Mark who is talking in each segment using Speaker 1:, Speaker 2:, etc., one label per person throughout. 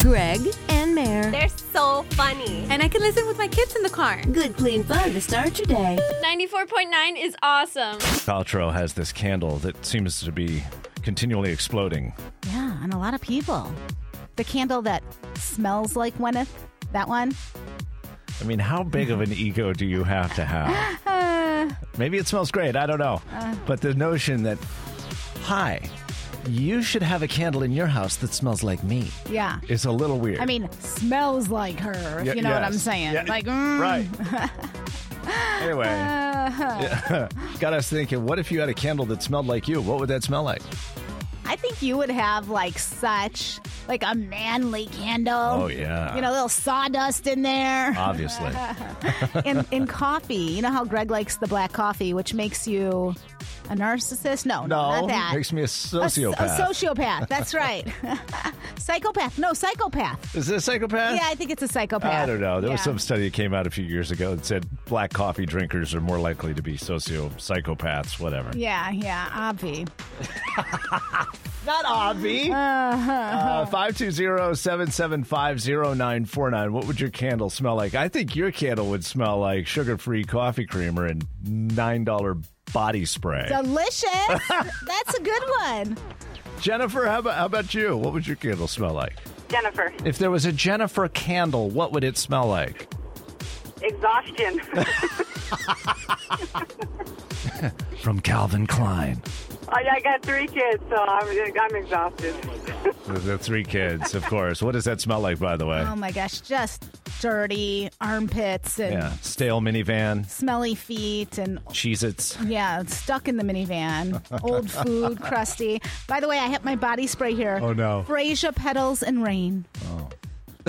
Speaker 1: Greg, and Mare.
Speaker 2: They're so funny.
Speaker 3: And I can listen with my kids in the car.
Speaker 1: Good, clean fun to start your day.
Speaker 4: 94.9 is awesome.
Speaker 5: Paltrow has this candle that seems to be continually exploding.
Speaker 6: Yeah, and a lot of people. The candle that smells like Gwyneth, that one.
Speaker 5: I mean, how big of an ego do you have to have? Maybe it smells great. I don't know.
Speaker 6: Uh.
Speaker 5: but the notion that, hi, you should have a candle in your house that smells like me
Speaker 6: Yeah.
Speaker 5: is a little weird.
Speaker 6: I mean, smells like her, if
Speaker 5: Y-
Speaker 6: you know what I'm
Speaker 5: yes.
Speaker 6: saying.
Speaker 5: Yeah,
Speaker 6: Like, mm,
Speaker 5: right. anyway, Yeah. got us thinking. What if you had a candle that smelled like you? What would that smell like?
Speaker 6: I think you would have like such like a manly candle.
Speaker 5: Oh, yeah. Uh.
Speaker 6: You know, a little sawdust in there.
Speaker 5: Obviously,
Speaker 6: in, in coffee, you know how Greg likes the black coffee, which makes you a narcissist? No,
Speaker 5: no.
Speaker 6: not that.
Speaker 5: Makes me
Speaker 6: A
Speaker 5: a
Speaker 6: s-
Speaker 5: sociopath.
Speaker 6: A, sociopath. That's right. psychopath. No, psychopath.
Speaker 5: is it a psychopath?
Speaker 6: Yeah, I think it's a psychopath.
Speaker 5: I don't know. There was
Speaker 6: Yeah.
Speaker 5: some study that came out a few years ago that said black coffee drinkers are more likely to be socio psychopaths, whatever.
Speaker 6: Yeah, yeah, obvi.
Speaker 5: Not obvi.
Speaker 6: Uh-huh.
Speaker 5: Uh, 520-775-0949. What would your candle smell like? I think your candle would smell like sugar-free coffee creamer and $9 body spray.
Speaker 6: Delicious. That's a good one.
Speaker 5: Jennifer, how about, how about you? What would your candle smell like?
Speaker 7: Jennifer,
Speaker 5: If there was a Jennifer candle, what would it smell like?
Speaker 7: exhaustion.
Speaker 5: From Calvin Klein.
Speaker 7: I, I got three kids, so I'm, I'm exhausted.
Speaker 5: The, the three kids, of course. What does that smell like, by the way?
Speaker 6: Oh my gosh, just dirty armpits and
Speaker 5: Yeah. Stale minivan,
Speaker 6: smelly feet and
Speaker 5: Cheez Its.
Speaker 6: yeah, stuck in the minivan. Old food, crusty. By the way, I have my body spray here.
Speaker 5: Oh, no.
Speaker 6: Frasia petals and rain.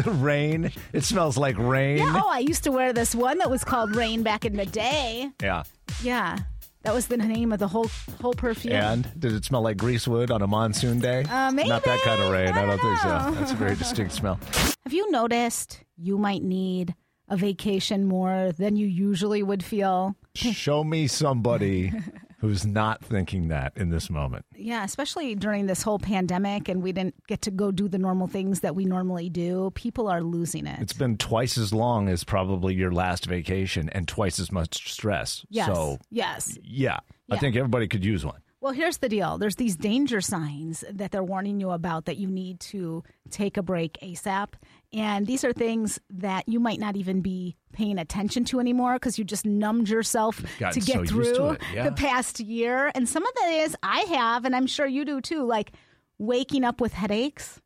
Speaker 5: rain. It smells like rain.
Speaker 6: Yeah, oh, I used to wear this one that was called Rain back in the day.
Speaker 5: Yeah.
Speaker 6: Yeah. That was the name of the whole whole perfume.
Speaker 5: And did it smell like greasewood on a monsoon day?
Speaker 6: Uh, maybe.
Speaker 5: Not that kind of rain. I
Speaker 6: I
Speaker 5: don't,
Speaker 6: don't
Speaker 5: think so.
Speaker 6: know.
Speaker 5: That's a very distinct smell.
Speaker 6: Have you noticed you might need a vacation more than you usually would feel?
Speaker 5: Show me somebody who's not thinking that in this moment.
Speaker 6: Yeah, especially during this whole pandemic and we didn't get to go do the normal things that we normally do. People are losing it.
Speaker 5: It's been twice as long as probably your last vacation and twice as much stress.
Speaker 6: yes.
Speaker 5: So,
Speaker 6: yes.
Speaker 5: yeah, I
Speaker 6: Yeah.
Speaker 5: think everybody could use one.
Speaker 6: Well, here's the deal. There's these danger signs that they're warning you about that you need to take a break ASAP. And these are things that you might not even be paying attention to anymore because you just numbed yourself
Speaker 5: gotten
Speaker 6: to get
Speaker 5: so used
Speaker 6: through
Speaker 5: to it, yeah.
Speaker 6: the past year. And some of that is I have, and I'm sure you do too, like waking up with headaches.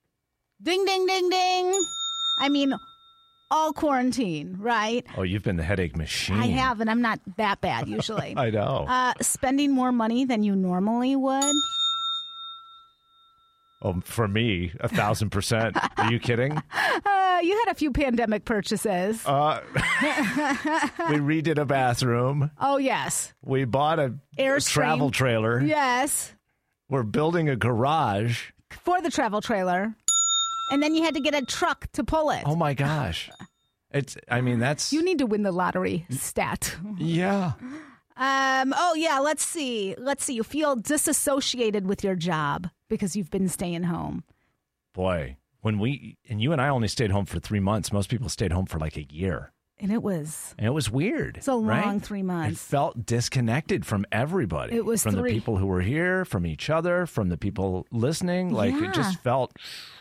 Speaker 6: Ding, ding, ding, ding. I mean, all quarantine, right?
Speaker 5: Oh, you've been the headache machine.
Speaker 6: I have, and I'm not that bad usually.
Speaker 5: I know.
Speaker 6: Uh, spending more money than you normally would.
Speaker 5: oh, for me, a thousand percent. Are you kidding?
Speaker 6: Uh, you had a few pandemic purchases.
Speaker 5: Uh, we redid a bathroom.
Speaker 6: oh, yes.
Speaker 5: We bought a, a
Speaker 6: Airstream.
Speaker 5: travel trailer.
Speaker 6: Yes.
Speaker 5: We're building a garage.
Speaker 6: For the travel trailer. And then you had to get a truck to pull it.
Speaker 5: Oh my gosh. It's I mean that's
Speaker 6: you need to win the lottery stat.
Speaker 5: Yeah.
Speaker 6: Um, oh, yeah. Let's see. Let's see. You feel disassociated with your job because you've been staying home.
Speaker 5: Boy, when we and you and I only stayed home for 3 months, most people stayed home for like a year.
Speaker 6: And it was,
Speaker 5: And it was weird.
Speaker 6: It's a
Speaker 5: right?
Speaker 6: long three months.
Speaker 5: It felt disconnected from everybody.
Speaker 6: It was
Speaker 5: from
Speaker 6: three-
Speaker 5: the people who were here, from each other, from the people listening. Like it just
Speaker 6: Yeah.
Speaker 5: felt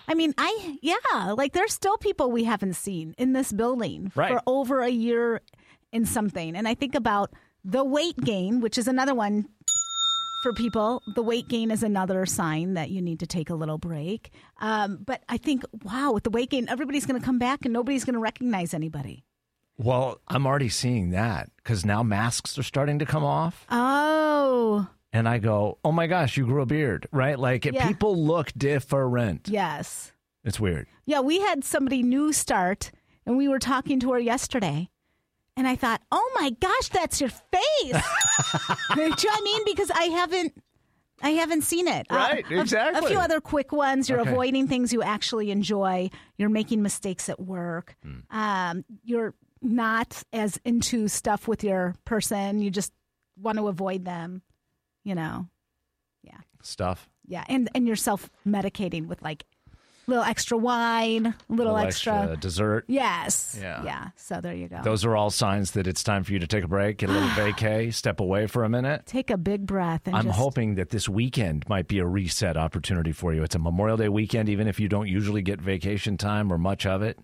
Speaker 6: I mean, I, yeah, like there's still people we haven't seen in this building
Speaker 5: Right.
Speaker 6: for over a year and something. And I think about the weight gain, which is another one for people. The weight gain is another sign that you need to take a little break. Um, but I think, wow, with the weight gain, everybody's going to come back and nobody's going to recognize anybody.
Speaker 5: well, I'm already seeing that cuz now masks are starting to come off.
Speaker 6: Oh,
Speaker 5: and I go, "Oh my gosh, you grew a beard!" Right? Like it,
Speaker 6: Yeah.
Speaker 5: people look different.
Speaker 6: yes.
Speaker 5: It's weird.
Speaker 6: Yeah, we had somebody new start and we were talking to her yesterday. And I thought, oh my gosh, that's your face. Do you know what I mean? Because I haven't I haven't seen it. Uh,
Speaker 5: Right,
Speaker 6: a- A,
Speaker 5: exactly.
Speaker 6: few other quick ones. You're
Speaker 5: Okay.
Speaker 6: avoiding things you actually enjoy. You're making mistakes at work.
Speaker 5: Hmm.
Speaker 6: Um, you're not as into stuff with your person. You just want to avoid them, you know.
Speaker 5: Stuff.
Speaker 6: Yeah. And and you're self medicating with like little extra wine, little,
Speaker 5: Little
Speaker 6: extra.
Speaker 5: dessert.
Speaker 6: Yes.
Speaker 5: Yeah.
Speaker 6: Yeah. So there you go.
Speaker 5: Those are all signs that it's time for you to take a break, get a little vacay, step away for a minute.
Speaker 6: Take a big breath and
Speaker 5: I'm
Speaker 6: just
Speaker 5: hoping that this weekend might be a reset opportunity for you. It's a Memorial Day weekend, even if you don't usually get vacation time or much of it.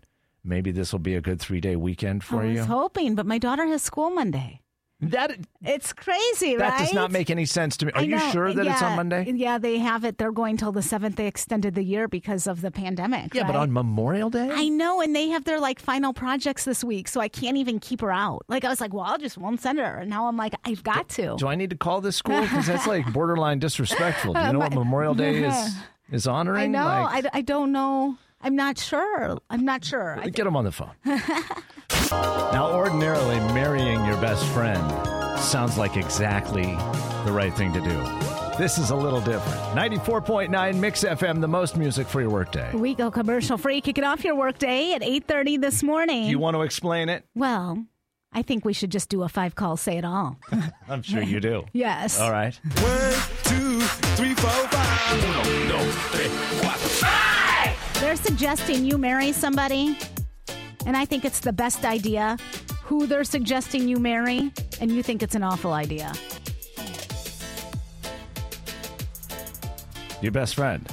Speaker 5: Maybe this will be a good three day weekend for
Speaker 6: I was
Speaker 5: you.
Speaker 6: hoping, but my daughter has school Monday.
Speaker 5: that
Speaker 6: It's crazy,
Speaker 5: that
Speaker 6: right?
Speaker 5: does not make any sense to me. Are
Speaker 6: I
Speaker 5: you
Speaker 6: know.
Speaker 5: sure that it's
Speaker 6: Yeah.
Speaker 5: on Monday?
Speaker 6: Yeah, they have it. They're going till the seventh. They extended the year because of the pandemic.
Speaker 5: Yeah, but
Speaker 6: right?
Speaker 5: on Memorial Day?
Speaker 6: I know, and they have their like final projects this week, so I can't even keep her out. Like I was like, well, I'll just won't send her, and now I'm like, I've got to.
Speaker 5: Do I need to call this school? Because that's like borderline disrespectful. Do you know what Memorial Day is is honoring?
Speaker 6: I know.
Speaker 5: Like,
Speaker 6: I, d- I don't know. I'm not sure. I'm not sure. I,
Speaker 5: Get him on the phone. now, ordinarily, marrying your best friend sounds like exactly the right thing to do. This is a little different. 94.9 Mix FM, the most music for your workday.
Speaker 6: we go commercial free, kicking off your workday at eight thirty this morning.
Speaker 5: You want to explain it?
Speaker 6: well, I think we should just do a five call, say it all.
Speaker 5: I'm sure you do.
Speaker 6: Yes.
Speaker 5: All right.
Speaker 6: They're suggesting you marry somebody, and I think it's the best idea. Who they're suggesting you marry, and you think it's an awful idea.
Speaker 5: Your best friend.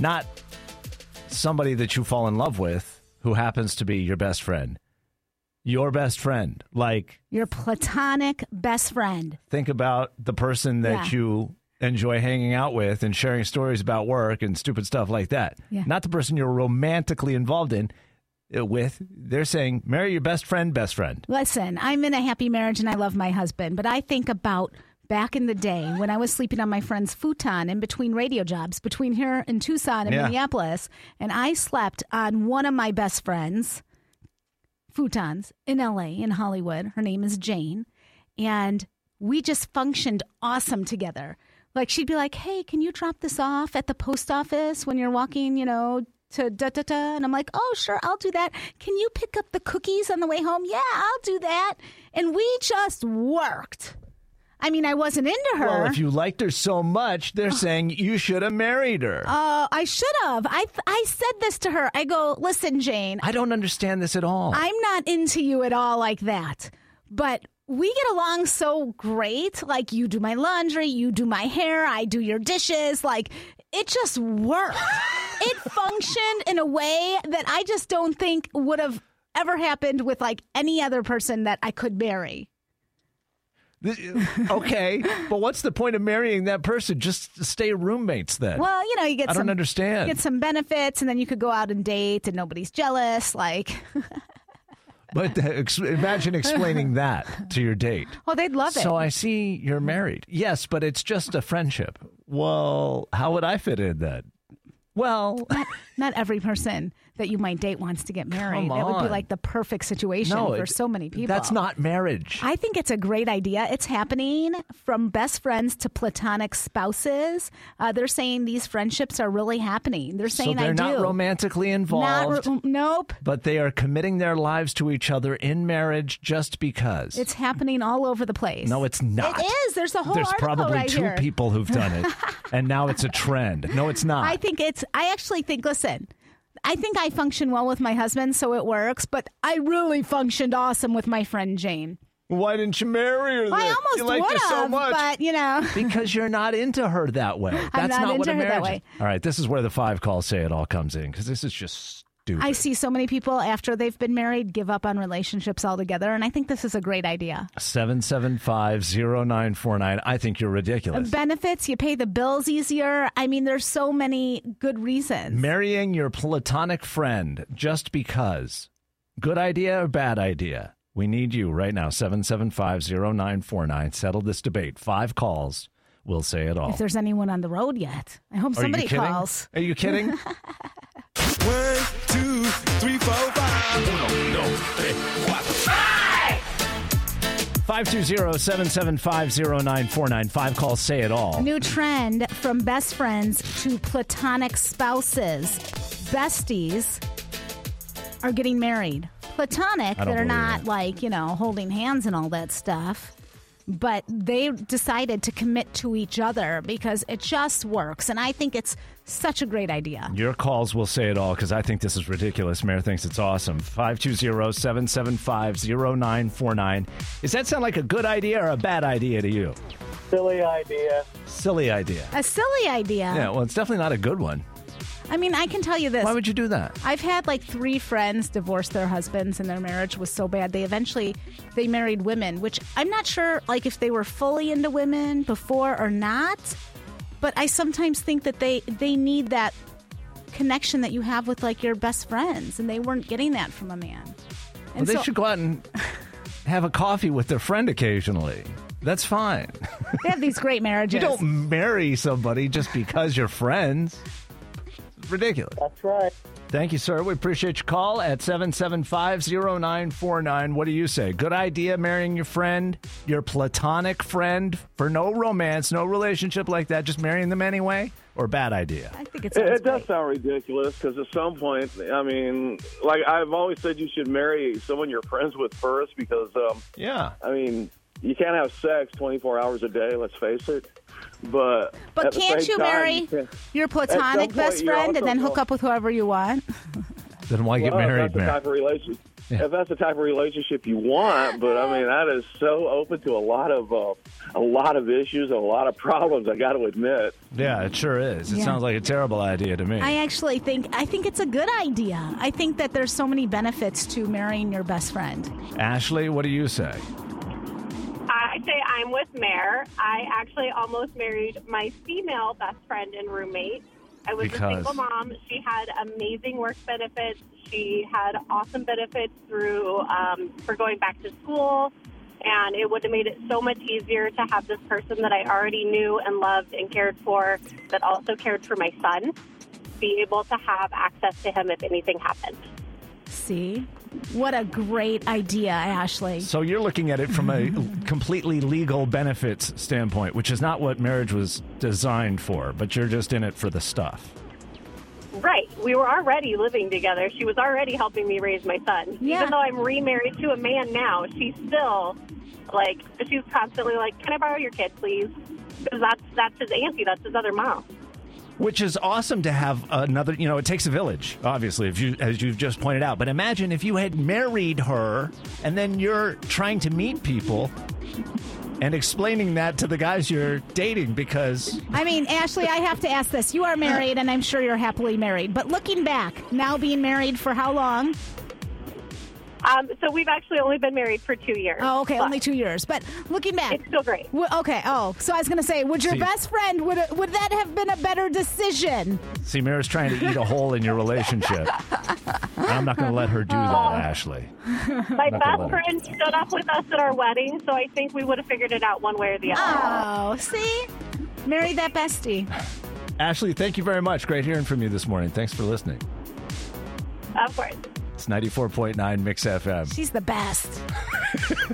Speaker 5: Not somebody that you fall in love with who happens to be your best friend. Your best friend. Like,
Speaker 6: Your platonic best friend.
Speaker 5: think about the person that
Speaker 6: Yeah.
Speaker 5: you enjoy hanging out with and sharing stories about work and stupid stuff like that.
Speaker 6: Yeah.
Speaker 5: Not the person you're romantically involved in uh, with. They're saying marry your best friend, best friend.
Speaker 6: Listen, I'm in a happy marriage and I love my husband, but I think about back in the day when I was sleeping on my friend's futon in between radio jobs, between here in Tucson and
Speaker 5: Yeah.
Speaker 6: Minneapolis, and I slept on one of my best friends' futons in LA, in Hollywood. Her name is Jane. And we just functioned awesome together. Like she'd be like, hey, can you drop this off at the post office when you're walking, you know, to da da da? And I'm like, oh, sure, I'll do that. Can you pick up the cookies on the way home? Yeah, I'll do that. And we just worked. I mean, I wasn't into her.
Speaker 5: Well, if you liked her so much, they're saying you should have married her.
Speaker 6: uh, I should have. I, I said this to her. I go, listen, Jane,
Speaker 5: I don't understand this at all.
Speaker 6: I'm not into you at all like that. But we get along so great. Like you do my laundry, you do my hair, I do your dishes. Like it just worked. it functioned in a way that I just don't think would have ever happened with like any other person that I could marry.
Speaker 5: This- uh, okay, but what's the point of marrying that person? Just stay roommates then.
Speaker 6: Well, you know, you get
Speaker 5: I don't
Speaker 6: some
Speaker 5: understand.
Speaker 6: get some benefits and then you could go out and date and nobody's jealous. Like
Speaker 5: But uh, ex- imagine explaining that to your date.
Speaker 6: Oh, they'd love it.
Speaker 5: So I see you're married. Yes, but it's just a friendship. Well, how would I fit in then? Well,
Speaker 6: not, not every person that you might date wants to get married.
Speaker 5: Come
Speaker 6: That would be
Speaker 5: on.
Speaker 6: like the perfect situation
Speaker 5: no,
Speaker 6: for
Speaker 5: it-
Speaker 6: so many people.
Speaker 5: That's not marriage.
Speaker 6: I think it's a great idea. It's happening from best friends to platonic spouses. Uh, they're saying these friendships are really happening. They're
Speaker 5: so
Speaker 6: saying
Speaker 5: they're
Speaker 6: I do.
Speaker 5: not romantically
Speaker 6: Not
Speaker 5: involved,
Speaker 6: ro- nope.
Speaker 5: but they are committing their lives to each other in marriage just because.
Speaker 6: It's happening all over the place.
Speaker 5: no, it's not.
Speaker 6: It is. There's a whole
Speaker 5: There's
Speaker 6: article
Speaker 5: probably
Speaker 6: right
Speaker 5: two
Speaker 6: here.
Speaker 5: people who've done it, and now it's a trend. No, it's not.
Speaker 6: I think it's. I actually think. Listen, I think I function well with my husband, so it works. But I really functioned awesome with my friend Jane.
Speaker 5: Why didn't you marry her?
Speaker 6: I almost would have, but you know.
Speaker 5: because you're not into her that way. That's
Speaker 6: not
Speaker 5: what
Speaker 6: into
Speaker 5: a
Speaker 6: her that
Speaker 5: marriage
Speaker 6: way.
Speaker 5: is. All right, this is where the five call say it all comes in because this is just stupid.
Speaker 6: I see so many people after they've been married give up on relationships altogether, and I think this is a great idea.
Speaker 5: Seven seven five zero nine four nine. I think you're ridiculous.
Speaker 6: Benefits, you pay the bills easier. I mean, there's so many good reasons.
Speaker 5: Marrying your platonic friend just because. Good idea or bad idea? We need you right now. Seven seven five zero nine four nine. Settle this debate. Five calls. We'll say it all.
Speaker 6: if there's anyone on the road yet, I hope
Speaker 5: Are
Speaker 6: somebody
Speaker 5: you kidding?
Speaker 6: calls.
Speaker 5: Are you kidding? Five two zero seven seven five zero nine four nine. Five calls say it all.
Speaker 6: New trend from best friends to platonic spouses. Besties are getting married. Platonic,
Speaker 5: I don't
Speaker 6: they're
Speaker 5: believe
Speaker 6: not
Speaker 5: it.
Speaker 6: like, you know, holding hands and all that stuff. but they decided to commit to each other because it just works. And I think it's such a great idea.
Speaker 5: Your calls will say it all because I think this is ridiculous. Mayor thinks it's awesome. 520 775 0949. Does that sound like a good idea or a bad idea to you?
Speaker 2: Silly idea.
Speaker 5: Silly idea.
Speaker 6: A silly idea.
Speaker 5: Yeah, well, it's definitely not a good one.
Speaker 6: I mean, I can tell you this.
Speaker 5: Why would you do that?
Speaker 6: I've had like three friends divorce their husbands and their marriage was so bad they eventually they married women, which I'm not sure like if they were fully into women before or not, but I sometimes think that they they need that connection that you have with like your best friends and they weren't getting that from a man.
Speaker 5: Well,
Speaker 6: And
Speaker 5: they
Speaker 6: so
Speaker 5: should go out and have a coffee with their friend occasionally. That's fine.
Speaker 6: they have these great marriages.
Speaker 5: You don't marry somebody just because you're friends. Ridiculous.
Speaker 2: That's right.
Speaker 5: Thank you, sir. We appreciate your call at 775-0949. What do you say? Good idea marrying your friend, your platonic friend, for no romance, no relationship like that, just marrying them anyway? Or bad idea?
Speaker 6: I think it's
Speaker 8: It, it does sound ridiculous because at some point, I mean, like I've always said, you should marry someone you're friends with first because, um,
Speaker 5: Yeah.
Speaker 8: I mean, you can't have sex 24 hours a day. Let's face it. But at
Speaker 6: But
Speaker 8: the
Speaker 6: can't
Speaker 8: same
Speaker 6: you
Speaker 8: time,
Speaker 6: marry
Speaker 8: you can't-
Speaker 6: your
Speaker 8: At some
Speaker 6: platonic
Speaker 8: point,
Speaker 6: best
Speaker 8: you're
Speaker 6: friend and
Speaker 8: also
Speaker 6: then hook
Speaker 8: going-
Speaker 6: up with whoever you want?
Speaker 5: Then why get
Speaker 8: Well, Oh, if
Speaker 5: married,
Speaker 8: that's the
Speaker 5: man?
Speaker 8: type of relationship. If that's the type of relationship you want, but I mean that is so open to a lot of uh, a lot of issues, and a lot of problems. I got to admit.
Speaker 5: Yeah, it sure is. It
Speaker 6: Yeah.
Speaker 5: sounds like a terrible idea to me.
Speaker 6: I actually think I think it's a good idea. I think that there's so many benefits to marrying your best friend.
Speaker 5: Ashley, what do you say?
Speaker 9: I'd say I'm with Mare. I actually almost married my female best friend and roommate. I was
Speaker 5: Because-
Speaker 9: a single mom. She had amazing work benefits. She had awesome benefits through um, for going back to school, and it would have made it so much easier to have this person that I already knew and loved and cared for, that also cared for my son, be able to have access to him if anything happened.
Speaker 6: See? What a great idea, Ashley.
Speaker 5: So you're looking at it from a completely legal benefits standpoint, which is not what marriage was designed for, but you're just in it for the stuff.
Speaker 9: Right. We were already living together. She was already helping me raise my son.
Speaker 6: Yeah.
Speaker 9: Even though I'm remarried to a man now, she's still like she's constantly like, "Can I borrow your kid, please?" Because that's that's his auntie. That's his other mom.
Speaker 5: Which is awesome to have another, you know, it takes a village, obviously, if you, as you've just pointed out. But imagine if you had married her and then you're trying to meet people and explaining that to the guys you're dating because
Speaker 6: I mean, Ashley, I have to ask this. You are married and I'm sure you're happily married. But looking back, now being married for how long?
Speaker 9: Um, so we've actually only been married for two years.
Speaker 6: Oh, okay,
Speaker 9: But
Speaker 6: only 2 years. But looking back,
Speaker 9: It's still great.
Speaker 6: w- okay, oh. So I was going to say, would your
Speaker 5: See-
Speaker 6: best friend would would that have been a better decision?
Speaker 5: see, Mira's trying to eat a hole in your relationship. I'm not going to let her do
Speaker 6: Oh.
Speaker 5: that, Ashley.
Speaker 9: My
Speaker 5: Not
Speaker 9: best
Speaker 5: gonna let
Speaker 9: friend stood up with us at our wedding, so I think we would have figured it out one way or the other.
Speaker 6: Oh, see? Marry that bestie.
Speaker 5: Ashley, thank you very much. Great hearing from you this morning. Thanks for listening.
Speaker 9: Of course.
Speaker 5: It's 94.9 Mix FM.
Speaker 6: She's the best.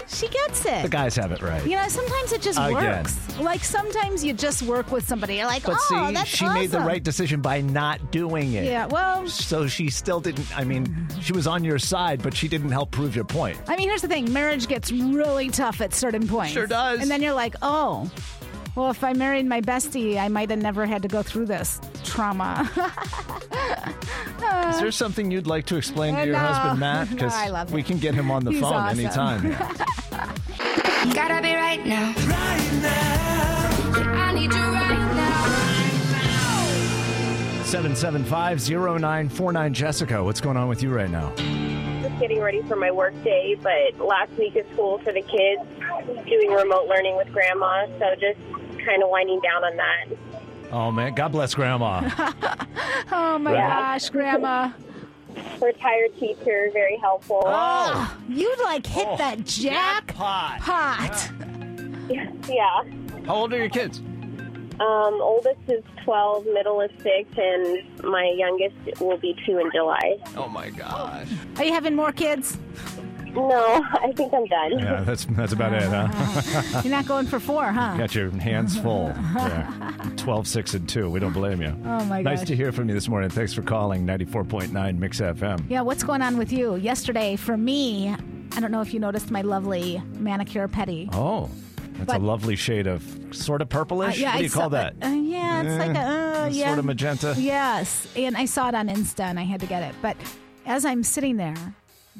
Speaker 6: she gets it.
Speaker 5: The guys have it right.
Speaker 6: You know, sometimes it just
Speaker 5: Again.
Speaker 6: works. Like sometimes you just work with somebody. You're like,
Speaker 5: But
Speaker 6: oh,
Speaker 5: see,
Speaker 6: that's
Speaker 5: she made the
Speaker 6: awesome."
Speaker 5: right decision by not doing it.
Speaker 6: Yeah. Well,
Speaker 5: So she still didn't. I mean, she was on your side, but she didn't help prove your point.
Speaker 6: I mean, here's the thing: marriage gets really tough at certain points.
Speaker 5: Sure does.
Speaker 6: And then you're like, oh. Well, if I married my bestie, I might have never had to go through this trauma.
Speaker 5: Is there something you'd like to explain to your
Speaker 6: No.
Speaker 5: husband, Matt?
Speaker 6: No, I love
Speaker 5: we
Speaker 6: him.
Speaker 5: can get him on the
Speaker 6: He's
Speaker 5: phone
Speaker 6: awesome.
Speaker 5: anytime. now.
Speaker 1: Gotta be right now. I need you right now.
Speaker 5: 775-0949. Jessica, what's going on with you right now?
Speaker 9: just getting ready for my work day, but last week at school for the kids, doing remote learning with grandma, so just kind of winding down on that.
Speaker 5: Oh man, God bless Grandma.
Speaker 6: oh my gosh, Grandma,
Speaker 9: Retired teacher, very helpful.
Speaker 5: oh,
Speaker 6: you like hit that jackpot.
Speaker 5: pot.
Speaker 9: Yeah.
Speaker 5: How old are your kids?
Speaker 9: Um, oldest is 12, middle is 6, and my youngest will be 2 in July.
Speaker 5: Oh my gosh.
Speaker 6: Are you having more kids?
Speaker 9: No, I think I'm done.
Speaker 5: Yeah, that's that's about it, huh?
Speaker 6: You're not going for four, huh?
Speaker 5: Got your hands full. there. 12, 6, and 2. We don't blame you.
Speaker 6: Oh, my
Speaker 5: Nice
Speaker 6: gosh.
Speaker 5: to hear from you this morning. Thanks for calling 94.9 Mix FM.
Speaker 6: Yeah, what's going on with you? Yesterday, for me, I don't know if you noticed my lovely manicure petty.
Speaker 5: Oh, It's a
Speaker 6: But-
Speaker 5: lovely shade of sort of purplish. Oh, what do you
Speaker 6: I
Speaker 5: call
Speaker 6: saw-
Speaker 5: that?
Speaker 6: Uh, yeah, it's like a uh,
Speaker 5: It's
Speaker 6: yeah,
Speaker 5: sort of magenta.
Speaker 6: Yes, and I saw it on Insta, and I had to get it. But as I'm sitting there,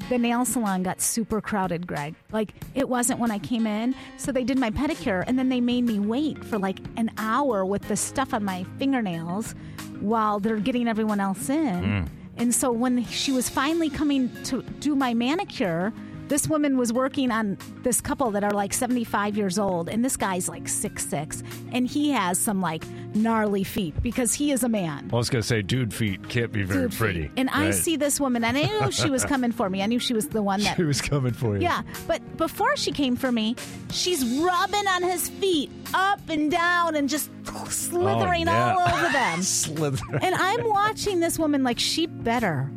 Speaker 6: the nail salon got super crowded. Greg, like it wasn't when I came in, so they did my pedicure, and then they made me wait for like an hour with the stuff on my fingernails while they're getting everyone else in. And so when she was finally coming to do my manicure. This woman was working on this couple that are like 75 years old, and this guy's like six six, and he has some like gnarly feet because he is a man.
Speaker 5: I was going to say, dude feet can't be very
Speaker 6: Dude feet.
Speaker 5: pretty.
Speaker 6: And I
Speaker 5: right?
Speaker 6: see this woman, and I knew she was coming for me. I knew she was the one that.
Speaker 5: She was coming for you.
Speaker 6: Yeah, but before she came for me, she's rubbing on his feet up and down and just slithering
Speaker 5: Oh, yeah.
Speaker 6: all over them.
Speaker 5: Slither.
Speaker 6: and I'm watching this woman like she better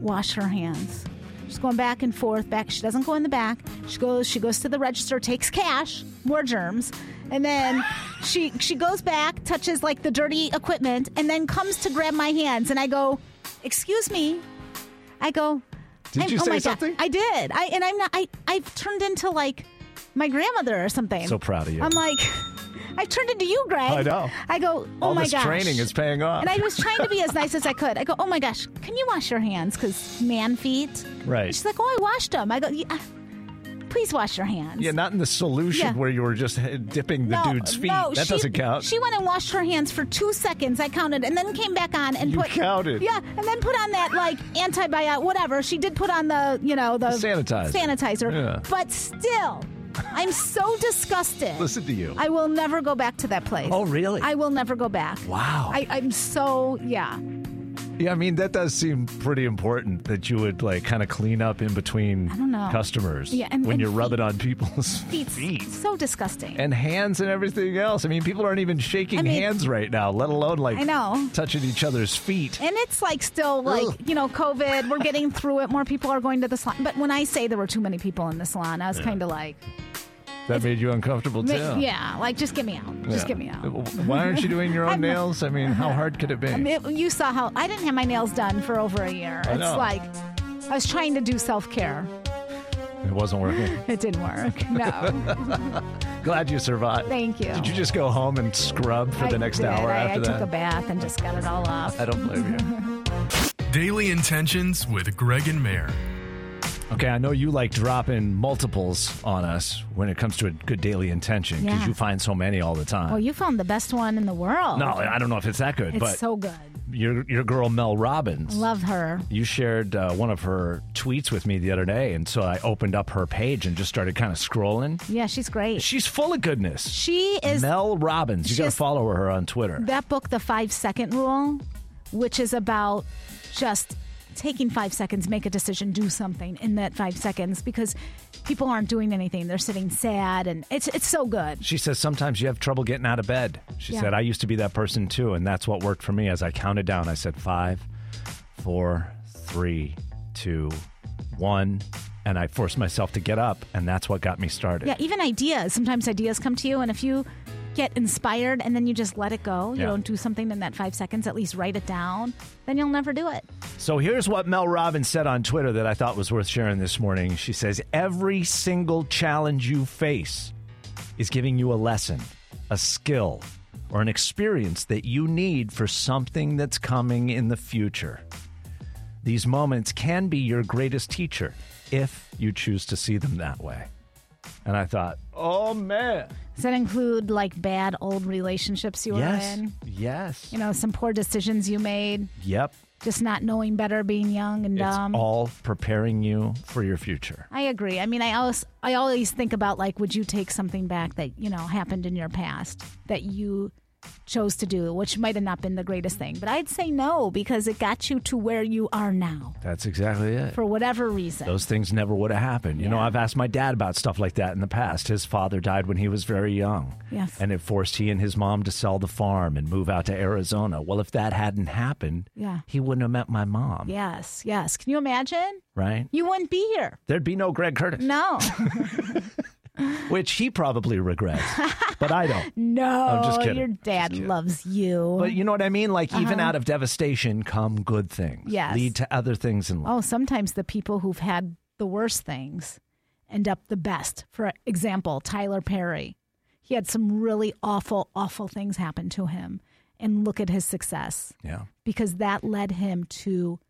Speaker 6: wash her hands. She's going back and forth, back. She doesn't go in the back. She goes. She goes to the register, takes cash, more germs, and then she she goes back, touches like the dirty equipment, and then comes to grab my hands. And I go, "Excuse me," I go.
Speaker 5: Did
Speaker 6: I'm-
Speaker 5: you
Speaker 6: oh
Speaker 5: say
Speaker 6: my God.
Speaker 5: something?
Speaker 6: I did. I and I'm not. I I've turned into like my grandmother or something.
Speaker 5: So proud of you.
Speaker 6: I'm like, I've turned into you, Greg.
Speaker 5: I know.
Speaker 6: I go. Oh
Speaker 5: All
Speaker 6: my
Speaker 5: this
Speaker 6: gosh.
Speaker 5: training is paying off.
Speaker 6: And I was trying to be as nice as I could. I go, oh my gosh, can you wash your hands? Because man feet.
Speaker 5: Right.
Speaker 6: And she's like, oh, I washed them. I go, yeah, please wash your hands.
Speaker 5: yeah, not in the solution
Speaker 6: Yeah.
Speaker 5: where you were just uh, dipping the
Speaker 6: no,
Speaker 5: dude's feet.
Speaker 6: No,
Speaker 5: that
Speaker 6: she,
Speaker 5: doesn't count.
Speaker 6: She went and washed her hands for two seconds. I counted, and then came back on and
Speaker 5: You
Speaker 6: put
Speaker 5: counted.
Speaker 6: Yeah, and then put on that like antibiotic, whatever. She did put on the you know the,
Speaker 5: The sanitizer.
Speaker 6: sanitizer.
Speaker 5: Yeah.
Speaker 6: But still, I'm so disgusted.
Speaker 5: Listen to you.
Speaker 6: I will never go back to that place.
Speaker 5: Oh, really?
Speaker 6: I will never go back.
Speaker 5: Wow.
Speaker 6: I, I'm so yeah.
Speaker 5: yeah, I mean that does seem pretty important that you would like kind of clean up in between
Speaker 6: don't know.
Speaker 5: customers
Speaker 6: Yeah, and-
Speaker 5: when
Speaker 6: and
Speaker 5: you rub
Speaker 6: feet.
Speaker 5: it on people's
Speaker 6: Feet's so disgusting.
Speaker 5: and hands and everything else. I mean, people aren't even shaking
Speaker 6: I mean-
Speaker 5: hands right now, let alone like
Speaker 6: I know.
Speaker 5: touching each other's feet.
Speaker 6: And it's like still like,
Speaker 5: Ugh.
Speaker 6: you know, COVID, we're getting through it. More people are going to the salon. But when I say there were too many people in the salon, I was kind of like,
Speaker 5: That made you uncomfortable too.
Speaker 6: yeah. like just get me out. Just
Speaker 5: Yeah.
Speaker 6: get me out.
Speaker 5: Why aren't you doing your own
Speaker 6: I'm-
Speaker 5: nails? I mean, how hard could it be?
Speaker 6: I mean, you saw how I didn't have my nails done for over a year.
Speaker 5: I
Speaker 6: it's
Speaker 5: know.
Speaker 6: like I was trying to do self care.
Speaker 5: it wasn't working.
Speaker 6: It didn't work. No.
Speaker 5: Glad you survived.
Speaker 6: Thank you.
Speaker 5: Did you just go home and scrub for
Speaker 6: I
Speaker 5: the next
Speaker 6: did.
Speaker 5: hour
Speaker 6: I,
Speaker 5: after
Speaker 6: I
Speaker 5: that?
Speaker 6: took a bath and just got it all off.
Speaker 5: I don't blame you.
Speaker 2: Daily Intentions with Greg and Mayor.
Speaker 5: Okay, I know you like dropping multiples on us when it comes to a good daily intention because
Speaker 6: Yeah.
Speaker 5: you find so many all the time.
Speaker 6: Well, Oh, you found the best one in the world.
Speaker 5: no, I don't know if it's that good,
Speaker 6: It's
Speaker 5: but
Speaker 6: so good.
Speaker 5: your your girl Mel Robbins.
Speaker 6: Love her.
Speaker 5: you shared uh, one of her tweets with me the other day, and so I opened up her page and just started kind of scrolling.
Speaker 6: Yeah, she's great.
Speaker 5: She's full of goodness.
Speaker 6: She is
Speaker 5: Mel Robbins. You got to
Speaker 6: she's-
Speaker 5: follow her on Twitter.
Speaker 6: that book, The Five Second Rule, which is about just taking five seconds, make a decision, do something in that five seconds because people aren't doing anything. They're sitting sad and it's it's so good.
Speaker 5: She says sometimes you have trouble getting out of bed. She
Speaker 6: Yeah.
Speaker 5: said, I used to be that person too, and that's what worked for me. As I counted down, I said five, four, three, two, one, and I forced myself to get up, and that's what got me started.
Speaker 6: Yeah, even ideas. Sometimes ideas come to you and if you get inspired and then you just let it go, you
Speaker 5: Yeah.
Speaker 6: don't do something in that five seconds, at least write it down, then you'll never do it.
Speaker 5: So here's what Mel Robbins said on Twitter that I thought was worth sharing this morning. She says, Every single challenge you face is giving you a lesson, a skill, or an experience that you need for something that's coming in the future. These moments can be your greatest teacher if you choose to see them that way. And I thought, oh man.
Speaker 6: Does that include like bad old relationships you
Speaker 5: Yes.
Speaker 6: were in?
Speaker 5: Yes.
Speaker 6: You know, some poor decisions you made,
Speaker 5: Yep.
Speaker 6: just not knowing better, being young and
Speaker 5: It's
Speaker 6: dumb.
Speaker 5: all preparing you for your future.
Speaker 6: I agree. I mean, I always I always think about like, would you take something back that you know happened in your past that you chose to do, which might have not been the greatest thing, but I'd say no because it got you to where you are now
Speaker 5: That's exactly it.
Speaker 6: for whatever reason.
Speaker 5: those things never would have happened. You know, I've asked my dad about stuff like that in the past. His father died when he was very young.
Speaker 6: Yes.
Speaker 5: And it forced he and his mom to sell the farm and move out to Arizona. Well, if that hadn't happened,
Speaker 6: Yeah.
Speaker 5: he wouldn't have met my mom,
Speaker 6: yes, yes. Can you imagine?
Speaker 5: right?
Speaker 6: You wouldn't be here.
Speaker 5: There'd be no Greg Curtis,
Speaker 6: No,
Speaker 5: which he probably regrets, but I don't.
Speaker 6: no.
Speaker 5: I'm just kidding.
Speaker 6: Your dad
Speaker 5: Just kidding.
Speaker 6: loves you.
Speaker 5: But you know what I mean? Like, even out of devastation come good things.
Speaker 6: Uh-huh. Yes.
Speaker 5: Lead to other things in life.
Speaker 6: oh, sometimes the people who've had the worst things end up the best. For example, Tyler Perry. He had some really awful, awful things happen to him. And look at his success
Speaker 5: Yeah.
Speaker 6: because that led him to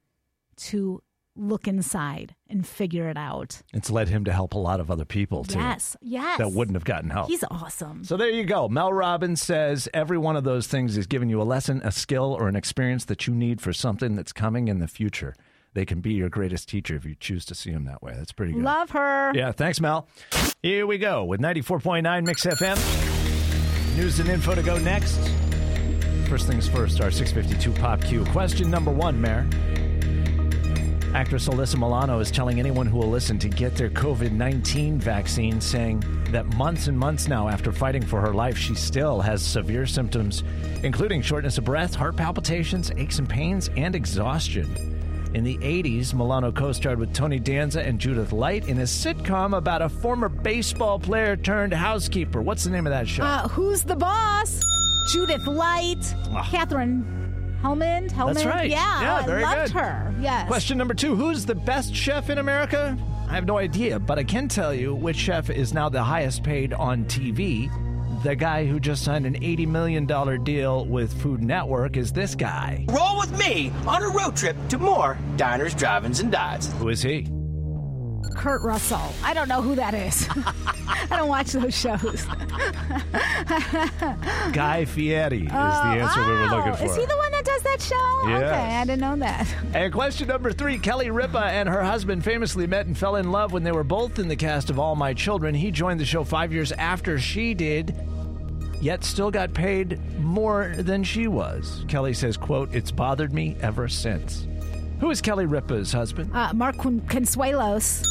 Speaker 6: to look inside and figure it out.
Speaker 5: It's led him to help a lot of other people too
Speaker 6: Yes, yes.
Speaker 5: that wouldn't have gotten help.
Speaker 6: He's awesome.
Speaker 5: So there you go. Mel Robbins says every one of those things is giving you a lesson, a skill, or an experience that you need for something that's coming in the future. They can be your greatest teacher if you choose to see them that way. That's pretty good.
Speaker 6: Love her.
Speaker 5: Yeah, thanks, Mel. Here we go with 94.9 Mix FM. News and info to go next. First things first, our 652 Pop Q. Question number one, Mayor. Actress Alyssa Milano is telling anyone who will listen to get their COVID 19 vaccine, saying that months and months now after fighting for her life, she still has severe symptoms, including shortness of breath, heart palpitations, aches and pains, and exhaustion. In the 80s, Milano co starred with Tony Danza and Judith Light in a sitcom about a former baseball player turned housekeeper. What's the name of that show?
Speaker 6: Uh, who's the boss? Judith Light, Catherine Helmond. Helmond.
Speaker 5: Ah. right.
Speaker 6: Yeah,
Speaker 5: Yeah,
Speaker 6: oh,
Speaker 5: very
Speaker 6: I loved
Speaker 5: good.
Speaker 6: her. Yes.
Speaker 5: Question number two Who's the best chef in America? I have no idea, but I can tell you which chef is now the highest paid on TV. The guy who just signed an $80 million deal with Food Network is this guy.
Speaker 10: Roll with me on a road trip to more diners, drive-ins, and dives.
Speaker 5: Who is he?
Speaker 6: Kurt Russell. I don't know who that is. I don't watch those shows.
Speaker 5: Guy Fieri is the answer we were looking
Speaker 6: Oh,
Speaker 5: for.
Speaker 6: Is he the one that does that show?
Speaker 5: Yes.
Speaker 6: Okay, I didn't know that.
Speaker 5: And question number three Kelly Ripa and her husband famously met and fell in love when they were both in the cast of All My Children. He joined the show five years after she did, yet still got paid more than she was. Kelly says, quote, It's bothered me ever since. Who is Kelly Ripa's husband?
Speaker 6: Uh, Mark Con- Consuelos.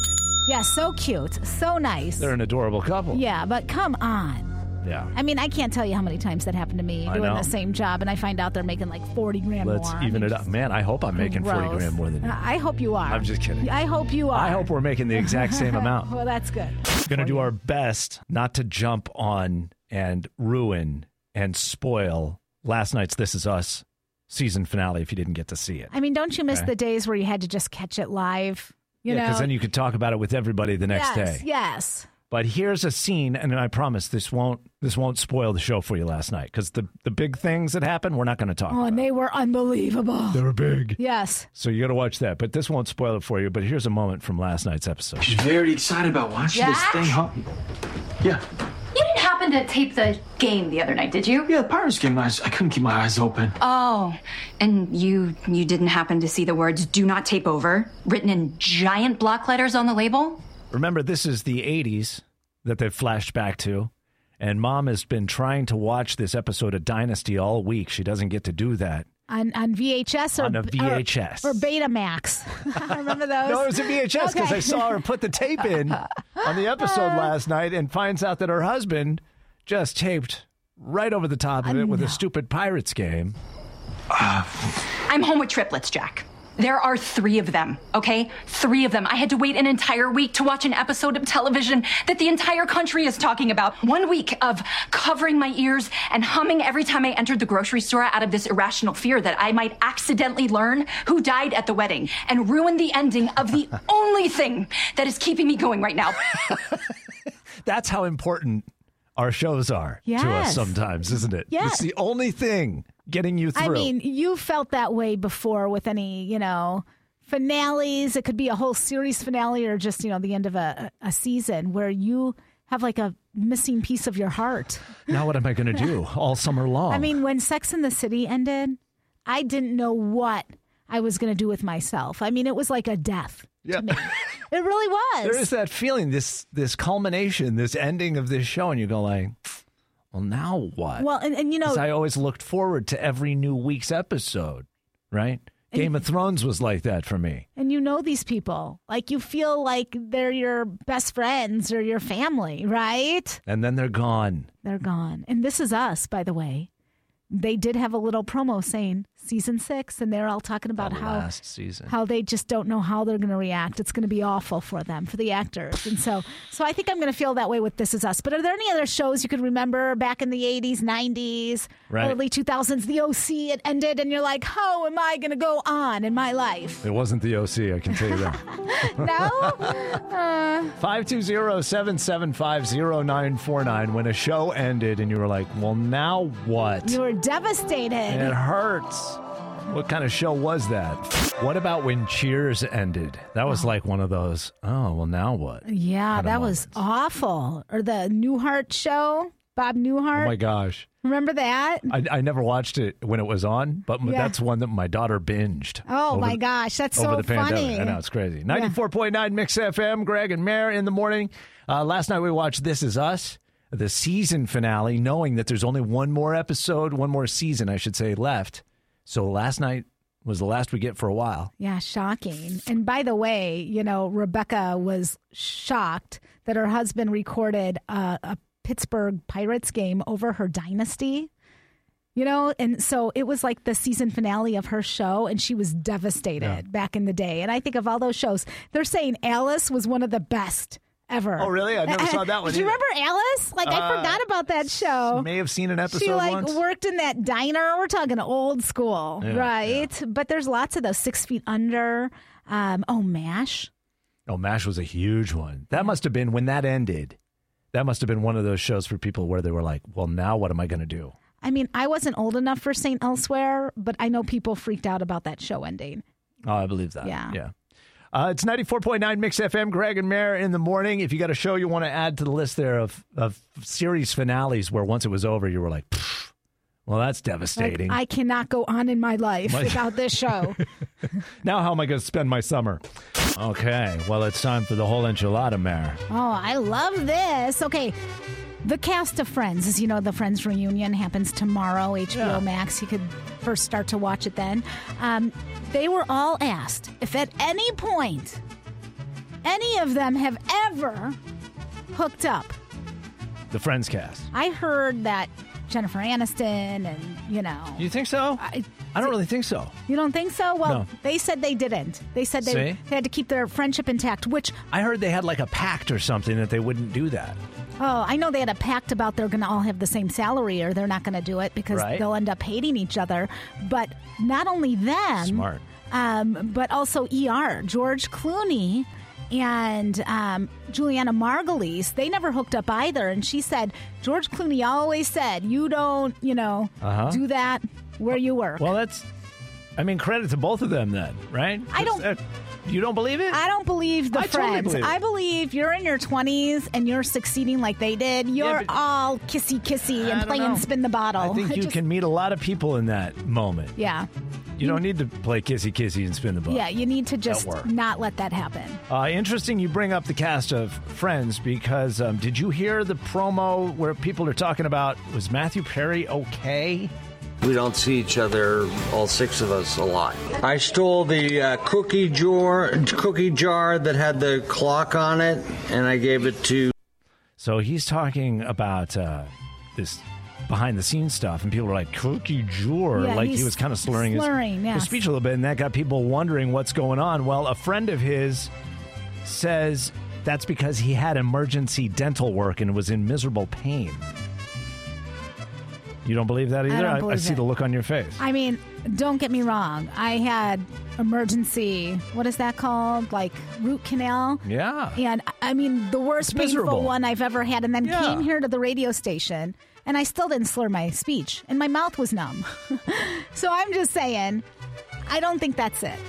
Speaker 6: Yeah, so cute. So nice.
Speaker 5: They're an adorable couple.
Speaker 6: yeah, but come on.
Speaker 5: Yeah.
Speaker 6: I mean, I can't tell you how many times that happened to me
Speaker 5: I
Speaker 6: doing
Speaker 5: know.
Speaker 6: the same job, and I find out they're making like 40 grand
Speaker 5: Let's
Speaker 6: more. I
Speaker 5: even
Speaker 6: mean,
Speaker 5: it up. Man, I hope I'm making 40
Speaker 6: gross.
Speaker 5: grand more than you.
Speaker 6: I I hope you are.
Speaker 5: I'm just kidding.
Speaker 6: I hope you are.
Speaker 5: I hope we're making the exact same amount.
Speaker 6: Well, that's good.
Speaker 5: going to do our best not to jump on and ruin and spoil last night's This Is Us season finale if you didn't get to see it.
Speaker 6: I mean, don't you miss
Speaker 5: Okay.
Speaker 6: the days where you had to just catch it live? You
Speaker 5: yeah,
Speaker 6: know,
Speaker 5: because then you could talk about it with everybody the next
Speaker 6: yes,
Speaker 5: day.
Speaker 6: Yes.
Speaker 5: But here's a scene, and I promise this won't this won't spoil the show for you last night because the the big things that happened we're not going to talk.
Speaker 6: Oh,
Speaker 5: about.
Speaker 6: and they were unbelievable.
Speaker 5: they were big,
Speaker 6: Yes.
Speaker 5: so you got to watch that. But this won't spoil it for you. But here's a moment from last night's episode.
Speaker 10: Very excited about watching
Speaker 11: Jack?
Speaker 10: this thing, huh? Yeah,
Speaker 11: You didn't happen to tape the game the other night, did you?
Speaker 10: yeah. The Pirates game. I, just- I couldn't keep my eyes open.
Speaker 11: Oh, and you you didn't happen to see the words "Do not tape over" written in giant block letters on the label?
Speaker 5: Remember, this is the 80s that they've flashed back to. And mom has been trying to watch this episode of Dynasty all week. She doesn't get to do that.
Speaker 6: On, on VHS or
Speaker 5: On a
Speaker 6: or-
Speaker 5: VHS.
Speaker 6: or, Betamax. Remember those?
Speaker 5: No, it was a VHS because
Speaker 6: Okay.
Speaker 5: I saw her put the tape in on the episode last night and finds out that her husband just taped right over the top of it with a stupid Pirates game.
Speaker 11: I'm home with triplets, Jack. There are three of them, okay? Three of them. I had to wait an entire week to watch an episode of television that the entire country is talking about. One week of covering my ears and humming every time I entered the grocery store out of this irrational fear that I might accidentally learn who died at the wedding and ruin the ending of the only thing that is keeping me going right now.
Speaker 5: That's how important our shows are to us
Speaker 6: Yes.
Speaker 5: sometimes, isn't it?
Speaker 6: Yes.
Speaker 5: It's the only thing getting you through.
Speaker 6: I mean, you felt that way before with any, you know, finales. It could be a whole series finale or just, you know, the end of a, a season where you have like a missing piece of your heart.
Speaker 5: now what am I going to do all summer long?
Speaker 6: I mean, when Sex in the City ended, I didn't know what I was going to do with myself. I mean, it was like a death.
Speaker 5: yeah.
Speaker 6: It really was.
Speaker 5: there is that feeling this this culmination this ending of this show and you go like well now what
Speaker 6: well, and, and you know,
Speaker 5: 'Cause i always looked forward to every new week's episode right game of thrones was like that for me
Speaker 6: And you know these people. Like you feel like they're your best friends or your family, right?
Speaker 5: and then they're gone
Speaker 6: They're gone. And this is us, by the way. they did have a little promo saying season six, and they're all talking about
Speaker 5: The
Speaker 6: how
Speaker 5: Oh, last season.
Speaker 6: how they just don't know how they're going to react. It's going to be awful for them, for the actors, and so so I think I'm going to feel that way with This Is Us. But are there any other shows you can remember back in the '80s, '90s,
Speaker 5: Right.
Speaker 6: early 2000s? The OC it ended, and you're like, how am I going to go on in my life?
Speaker 5: It wasn't the OC, I can tell you that.
Speaker 6: No.
Speaker 5: 520-775-0949 when a show ended and you were like, "Well, now what?"
Speaker 6: You were devastated.
Speaker 5: And it hurts. What kind of show was that? What about when Cheers ended? That was like one of those, "Oh, well, now what?"
Speaker 6: Yeah,
Speaker 5: kinda
Speaker 6: that was awful. Or the Newhart show, Bob
Speaker 5: Oh
Speaker 6: Newhart.
Speaker 5: my gosh.
Speaker 6: Remember that?
Speaker 5: I, I never watched it when it was on, but m
Speaker 6: Yeah.
Speaker 5: that's one that my daughter binged.
Speaker 6: Oh
Speaker 5: over
Speaker 6: my
Speaker 5: the-
Speaker 6: gosh, that's
Speaker 5: over
Speaker 6: so
Speaker 5: the
Speaker 6: funny.
Speaker 5: pandemic. I know it's crazy. Ninety-four point nine Mix FM. Greg and Mare in the morning. Uh, last night we watched This Is Us, the season finale, knowing that there's only one more episode, one more season, I should say, left. So last night was the last we get for a while.
Speaker 6: Yeah, shocking. And by the way, you know, Rebecca was shocked that her husband recorded a, a Pittsburgh Pirates game over her dynasty. You know, and so it was like the season finale of her show, and she was devastated back in the day. And I think of all those shows, they're saying Alice was one of the best ever.
Speaker 5: Oh, really? I never saw that one
Speaker 6: Do you
Speaker 5: either.
Speaker 6: remember Alice? Like, I
Speaker 5: Uh,
Speaker 6: forgot about that show.
Speaker 5: May have seen an episode
Speaker 6: Oh. She like
Speaker 5: once.
Speaker 6: worked in that diner. We're talking old school,
Speaker 5: Yeah,
Speaker 6: right? But there's lots of those six feet under. Um, oh, Mash.
Speaker 5: Oh, MASH was a huge one. That must have been when that ended. That must have been one of those shows for people where they were like, "Well, now what am I going to do?"
Speaker 6: I mean, I wasn't old enough for Saint Elsewhere, but I know people freaked out about that show ending.
Speaker 5: Oh, I believe that.
Speaker 6: Yeah.
Speaker 5: Yeah. Uh, it's 94.9 Mix FM, Greg and Mayor in the morning. If you got a show you want to add to the list there of, of series finales where once it was over, you were like, "Pfft, well, that's
Speaker 6: Like,
Speaker 5: devastating.
Speaker 6: I cannot go on in my life
Speaker 5: Like-
Speaker 6: without this show.
Speaker 5: now, how am I going to spend my summer? Okay. Well, it's time for the whole enchilada, Mayor.
Speaker 6: Oh, I love this. Okay. The cast of Friends, as you know, the Friends reunion happens tomorrow, HBO
Speaker 5: Yeah.
Speaker 6: Max. You could first start to watch it then. Um, they were all asked if at any point any of them have ever hooked up.
Speaker 5: The Friends cast.
Speaker 6: I heard that Jennifer Aniston and, you know.
Speaker 5: You think so? I, don't really think so.
Speaker 6: You don't think so? Well,
Speaker 5: No.
Speaker 6: they said they didn't. They said they,
Speaker 5: See?
Speaker 6: they had to keep their friendship intact, which
Speaker 5: I heard they had like a pact or something that they wouldn't do that.
Speaker 6: Oh, I know they had a pact about they're going to all have the same salary or they're not going to do it because
Speaker 5: Right.
Speaker 6: they'll end up hating each other. But not only them,
Speaker 5: Smart.
Speaker 6: um, but also ER, George Clooney and um, Juliana Margulies, they never hooked up either. And she said, George Clooney always said, you don't, you know,
Speaker 5: Uh-huh.
Speaker 6: do that where you work.
Speaker 5: Well, that's, I mean, credit to both of them then, right?
Speaker 6: I don't-
Speaker 5: That- you don't believe it?
Speaker 6: I don't believe the
Speaker 5: I totally
Speaker 6: friends.
Speaker 5: believe it.
Speaker 6: I believe you're in your 20s and you're succeeding like they did. You're
Speaker 5: but-
Speaker 6: all kissy kissy
Speaker 5: I
Speaker 6: and
Speaker 5: don't
Speaker 6: playing
Speaker 5: know.
Speaker 6: spin the bottle.
Speaker 5: I think you
Speaker 6: just-
Speaker 5: can meet a lot of people in that moment.
Speaker 6: Yeah.
Speaker 5: You don't need to play kissy kissy and spin the ball.
Speaker 6: Yeah, you need to just
Speaker 5: work.
Speaker 6: not let that happen.
Speaker 5: Uh, interesting you bring up the cast of Friends because um, did you hear the promo where people are talking about was Matthew Perry okay?
Speaker 12: We don't see each other, all six of us, a lot. I stole the uh, cookie jar, cookie jar that had the clock on it, and I gave it to.
Speaker 5: So he's talking about uh, this behind the scenes stuff, and people are like, Cookie Jure.
Speaker 6: Yeah,
Speaker 5: like
Speaker 6: he's
Speaker 5: he was kind of slurring,
Speaker 6: slurring,
Speaker 5: his,
Speaker 6: yes.
Speaker 5: his speech a little bit, and that got people wondering what's going on. Well, a friend of his says that's because he had emergency dental work and was in miserable pain. You don't believe that either?
Speaker 6: don't believe
Speaker 5: see
Speaker 6: it.
Speaker 5: the look on your face.
Speaker 6: I mean, don't get me wrong. I had emergency, what is that called? Like root canal.
Speaker 5: yeah.
Speaker 6: And I mean, the worst
Speaker 5: It's miserable.
Speaker 6: painful one I've ever had. And then
Speaker 5: Yeah.
Speaker 6: came here to the radio station and I still didn't slur my speech and my mouth was numb. so I'm just saying, I don't think that's it.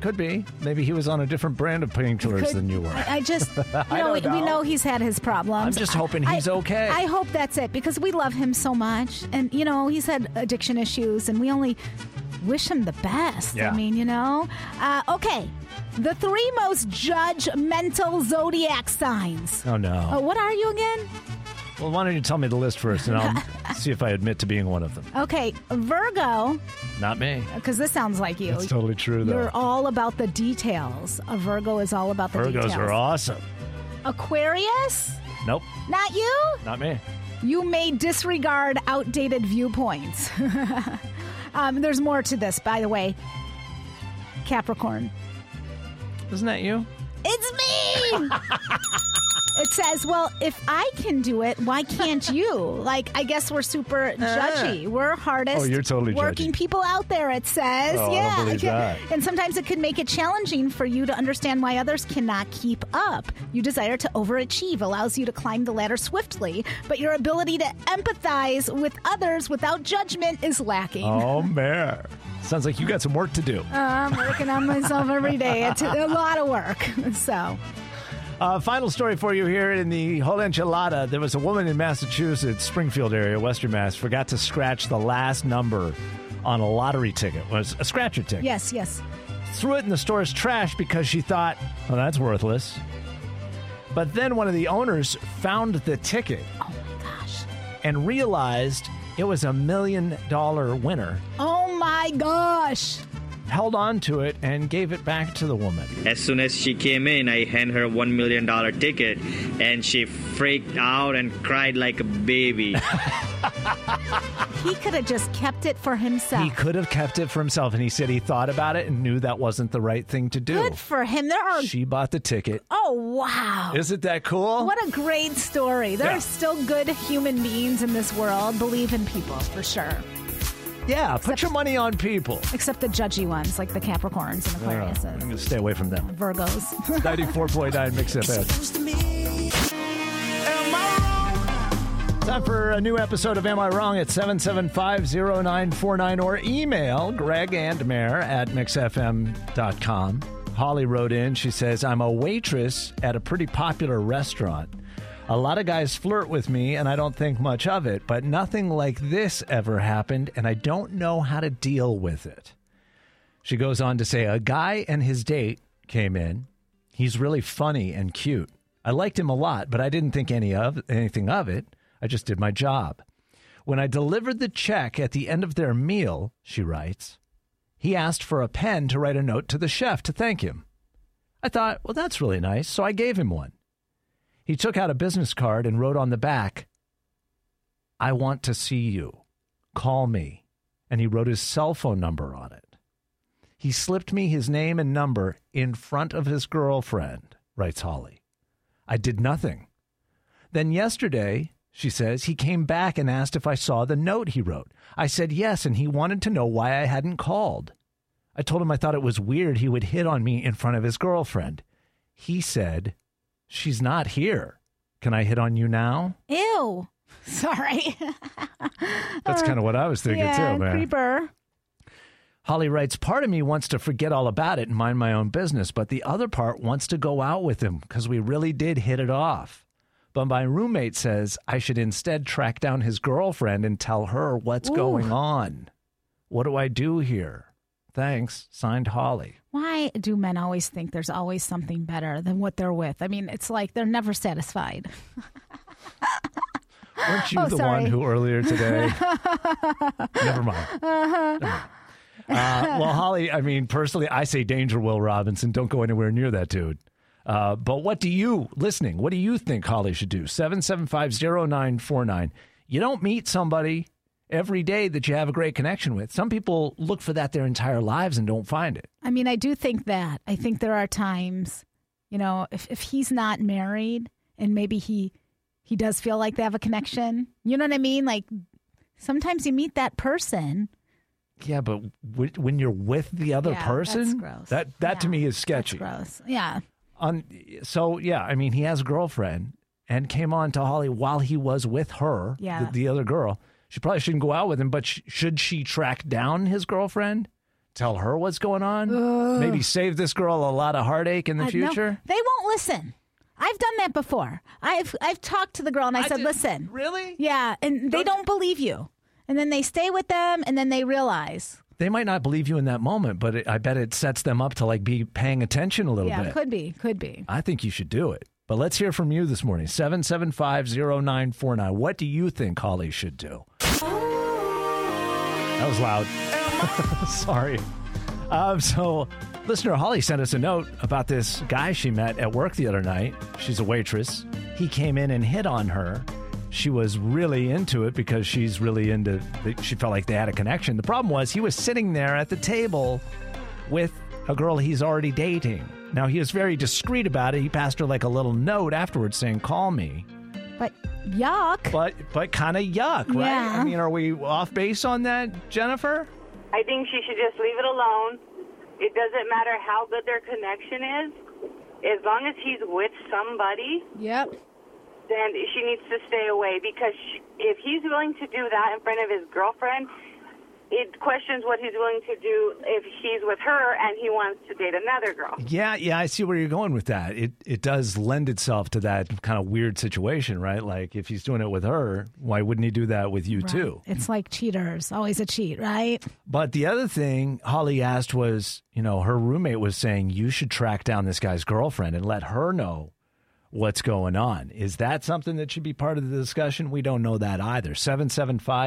Speaker 5: Could be. Maybe he was on a different brand of painkillers
Speaker 6: Could-
Speaker 5: than you were.
Speaker 6: I, I just, you know,
Speaker 5: I
Speaker 6: we,
Speaker 5: don't
Speaker 6: we
Speaker 5: know.
Speaker 6: know he's had his problems.
Speaker 5: I'm just
Speaker 6: I-
Speaker 5: hoping he's
Speaker 6: I-
Speaker 5: okay.
Speaker 6: I hope that's it because we love him so much, and you know, he's had addiction issues, and we only wish him the best.
Speaker 5: Yeah.
Speaker 6: I mean, you know, uh, okay. The three most judgmental zodiac signs.
Speaker 5: oh no.
Speaker 6: Uh, what are you again?
Speaker 5: Well, why don't you tell me the list first, and I'll see if I admit to being one of them.
Speaker 6: Okay, Virgo,
Speaker 5: Not me.
Speaker 6: because this sounds like you.
Speaker 5: That's totally true, though.
Speaker 6: You're all about the details. A Virgo is all about the
Speaker 5: Virgos
Speaker 6: details.
Speaker 5: are awesome.
Speaker 6: Aquarius,
Speaker 5: Nope,
Speaker 6: not you.
Speaker 5: not me.
Speaker 6: You may disregard outdated viewpoints. um, there's more to this, by the way. Capricorn.
Speaker 5: Isn't that you?
Speaker 6: It's me! it says, well, if I can do it, why can't you? Like, I guess we're super judgy. We're hardest
Speaker 5: Uh-huh. Oh, you're totally
Speaker 6: working
Speaker 5: judgy.
Speaker 6: people out there, it says.
Speaker 5: Oh, I don't
Speaker 6: yeah.
Speaker 5: believe
Speaker 6: can-
Speaker 5: that.
Speaker 6: And sometimes it could make it challenging for you to understand why others cannot keep up. Your desire to overachieve allows you to climb the ladder swiftly, but your ability to empathize with others without judgment is lacking. Uh,
Speaker 5: Oh, man. Sounds like you got some work to do.
Speaker 6: I'm working on myself every day. It's a lot of work. So,
Speaker 5: Uh, final story for you here in the whole enchilada. There was a woman in Massachusetts, Springfield area, Western Mass, forgot to scratch the last number on a lottery ticket. Was a scratcher ticket.
Speaker 6: yes, yes.
Speaker 5: Threw it in the store's trash because she thought, "Oh, that's worthless." But then one of the owners found the ticket
Speaker 6: Oh,
Speaker 5: and realized it was a million dollar winner.
Speaker 6: Oh my gosh.
Speaker 5: Held on to it and gave it back to the woman.
Speaker 13: As soon as she came in, I hand her one million dollar ticket, and she freaked out and cried like a baby.
Speaker 6: He could have just kept it for himself.
Speaker 5: He could have kept it for himself, and he said he thought about it and knew that wasn't the right thing to do.
Speaker 6: Good for him. There are.
Speaker 5: She bought the ticket.
Speaker 6: Oh, wow.
Speaker 5: Isn't that cool?
Speaker 6: What a great story. There
Speaker 5: Yeah.
Speaker 6: are still good human beings in this world. Believe in people for sure.
Speaker 5: Yeah, put your money on people.
Speaker 6: Except the judgy ones like the Capricorns and
Speaker 5: Oh, I'm
Speaker 6: Aquariuses,
Speaker 5: going to stay away from them.
Speaker 6: Virgos.
Speaker 5: 94.9 Mix FM. Time for a new episode of Am I Wrong at 7750949 or email Greg and Mayor at mixfm.com. Holly wrote in, she says, I'm a waitress at a pretty popular restaurant. A lot of guys flirt with me and I don't think much of it, but nothing like this ever happened and I don't know how to deal with it. She goes on to say, A guy and his date came in. He's really funny and cute. I liked him a lot, but I didn't think any of anything of it. I just did my job. When I delivered the check at the end of their meal, she writes, he asked for a pen to write a note to the chef to thank him. I thought, well, that's really nice, so I gave him one. He took out a business card and wrote on the back, I want to see you. Call me. And he wrote his cell phone number on it. He slipped me his name and number in front of his girlfriend, writes Holly. I did nothing. Then yesterday, she says, he came back and asked if I saw the note he wrote. I said yes, and he wanted to know why I hadn't called. I told him I thought it was weird he would hit on me in front of his girlfriend. He said, She's not here. Can I hit on you now?
Speaker 6: Ew. Sorry.
Speaker 5: That's kind of what I was thinking
Speaker 6: Uh, yeah,
Speaker 5: too, man.
Speaker 6: creeper.
Speaker 5: Holly writes, Part of me wants to forget all about it and mind my own business, but the other part wants to go out with him because we really did hit it off. But my roommate says I should instead track down his girlfriend and tell her what's
Speaker 6: Ooh.
Speaker 5: going on. What do I do here? Thanks. Signed Holly.
Speaker 6: Why do men always think there's always something better than what they're with? I mean, it's like they're never satisfied.
Speaker 5: Weren't you
Speaker 6: Oh,
Speaker 5: the
Speaker 6: sorry.
Speaker 5: one who earlier today? Never mind.
Speaker 6: Uh-huh.
Speaker 5: Uh, well, Holly, I mean, personally, I say danger, Will Robinson. Don't go anywhere near that dude. Uh, but what do you, listening, what do you think Holly should do? 7750949. You don't meet somebody every day that you have a great connection with. Some people look for that their entire lives and don't find it.
Speaker 6: I mean, I do think that. I think there are times, you know, if, if he's not married and maybe he he does feel like they have a connection. You know what I mean? Like sometimes you meet that person.
Speaker 5: Yeah, but w- when you're with the other
Speaker 6: Yeah, that's
Speaker 5: person,
Speaker 6: gross.
Speaker 5: that that to
Speaker 6: Yeah,
Speaker 5: me is sketchy.
Speaker 6: Gross. Yeah.
Speaker 5: on so yeah i mean he has a girlfriend and came on to holly while he was with her
Speaker 6: Yeah.
Speaker 5: the, the other girl she probably shouldn't go out with him but sh- should she track down his girlfriend tell her what's going on maybe save this girl a lot of heartache in the
Speaker 6: I- no,
Speaker 5: future
Speaker 6: they won't listen. I've done that before. I've I've talked to the girl and I, said, "Listen,
Speaker 5: really
Speaker 6: yeah," and they don't believe you. And then they stay with them, and then they realize,
Speaker 5: they might not believe you in that moment but it, i bet it sets them up to like be paying attention a little
Speaker 6: yeah,
Speaker 5: bit
Speaker 6: could be, could be.
Speaker 5: i think you should do it but let's hear from you this morning 7750949 what do you think holly should do That was loud. Sorry. Um, so, listener Holly sent us a note about this guy she met at work the other night. She's a waitress. He came in and hit on her. she was really into it because she's really into. She felt like they had a connection. The problem was he was sitting there at the table with a girl he's already dating. Now he was very discreet about it. He passed her like a little note afterwards saying, "Call me."
Speaker 6: But yuck.
Speaker 5: But but kind of yuck, right?
Speaker 6: Yeah.
Speaker 5: I mean, are we off base on that, Jennifer?
Speaker 9: I think she should just leave it alone. It doesn't matter how good their connection is, as long as he's with somebody.
Speaker 6: Yep.
Speaker 9: Then she needs to stay away because sh if he's willing to do that in front of his girlfriend, it questions what he's willing to do if he's with her and he wants to date another girl.
Speaker 5: Yeah, yeah, I see where you're going with that. It it does lend itself to that kind of weird situation, right? Like if he's doing it with her, why wouldn't he do that with you too?
Speaker 6: It's like cheaters, always a cheat, right?
Speaker 5: But the other thing Holly asked was, you know, her roommate was saying you should track down this guy's girlfriend and let her know what's going on. Is that something that should be part of the discussion? We don't know that either.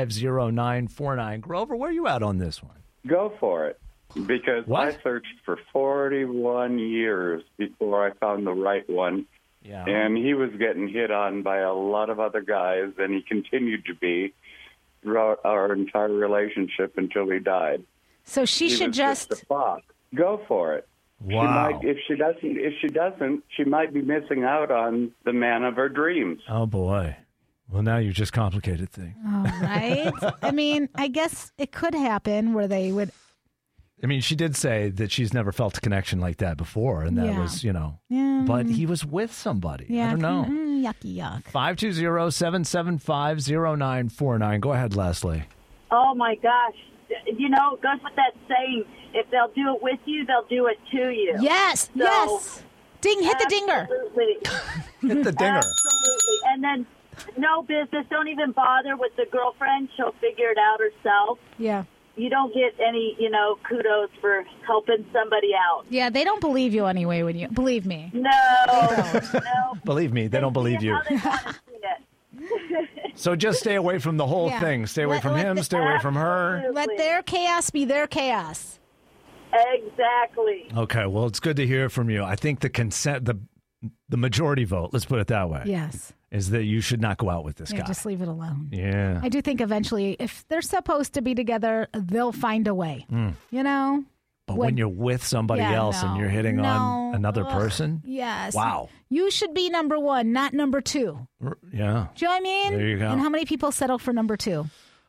Speaker 5: 7750949 Grover, where are you at on this one?
Speaker 8: Go for it. Because I searched for 41 years before I found the right one.
Speaker 5: Yeah.
Speaker 8: And he was getting hit on by a lot of other guys, and he continued to be throughout our entire relationship until he died.
Speaker 6: So she
Speaker 8: He
Speaker 6: should
Speaker 8: was just,
Speaker 6: just,
Speaker 8: a fox. go for it. She
Speaker 5: Wow.
Speaker 8: might, if she doesn't, if she doesn't, she might be missing out on the man of her dreams.
Speaker 5: Oh boy. Well, now you just complicated things.
Speaker 6: oh, right? I mean, I guess it could happen where they would,
Speaker 5: I mean, she did say that she's never felt a connection like that before, and that
Speaker 6: Yeah.
Speaker 5: was, you know,
Speaker 6: Yeah.
Speaker 5: but he was with somebody.
Speaker 6: yeah,
Speaker 5: I don't know.
Speaker 6: mm, yucky yuck.
Speaker 5: 520 775 0949. Go ahead, Leslie.
Speaker 14: Oh my gosh. You know, it goes with that saying, if they'll do it with you, they'll do it to you.
Speaker 6: Yes, yes. Ding, hit the dinger.
Speaker 14: Absolutely.
Speaker 5: hit the dinger.
Speaker 6: Uh,
Speaker 14: Absolutely. And then no business. Don't even bother with the girlfriend. She'll figure it out herself.
Speaker 6: Yeah.
Speaker 14: You don't get any, you know, kudos for helping somebody out.
Speaker 6: Yeah, they don't believe you anyway when you believe me.
Speaker 14: No.
Speaker 5: Believe me, they don't believe you. So just stay away from the whole
Speaker 6: Yeah.
Speaker 5: thing. Stay away
Speaker 6: Let-
Speaker 5: from
Speaker 6: let
Speaker 5: him,
Speaker 6: the-
Speaker 5: stay away from her.
Speaker 6: Let their chaos be their chaos.
Speaker 14: Exactly.
Speaker 5: Okay, well, it's good to hear from you. I think the consent, the the majority vote, let's put it that way,
Speaker 6: Yes.
Speaker 5: is that you should not go out with this
Speaker 6: Yeah,
Speaker 5: guy.
Speaker 6: just leave it alone.
Speaker 5: yeah.
Speaker 6: I do think eventually, if they're supposed to be together, they'll find a way.
Speaker 5: Mm.
Speaker 6: You know?
Speaker 5: But when,
Speaker 6: When-
Speaker 5: you're with somebody
Speaker 6: Yeah,
Speaker 5: else and
Speaker 6: no.
Speaker 5: you're hitting on
Speaker 6: No.
Speaker 5: another
Speaker 6: Ugh.
Speaker 5: person,
Speaker 6: Yes.
Speaker 5: Wow.
Speaker 6: You should be number one, not number two.
Speaker 5: r-
Speaker 6: Do
Speaker 5: yeah,
Speaker 6: you know what I mean?
Speaker 5: There you go.
Speaker 6: And how many people settle for number two?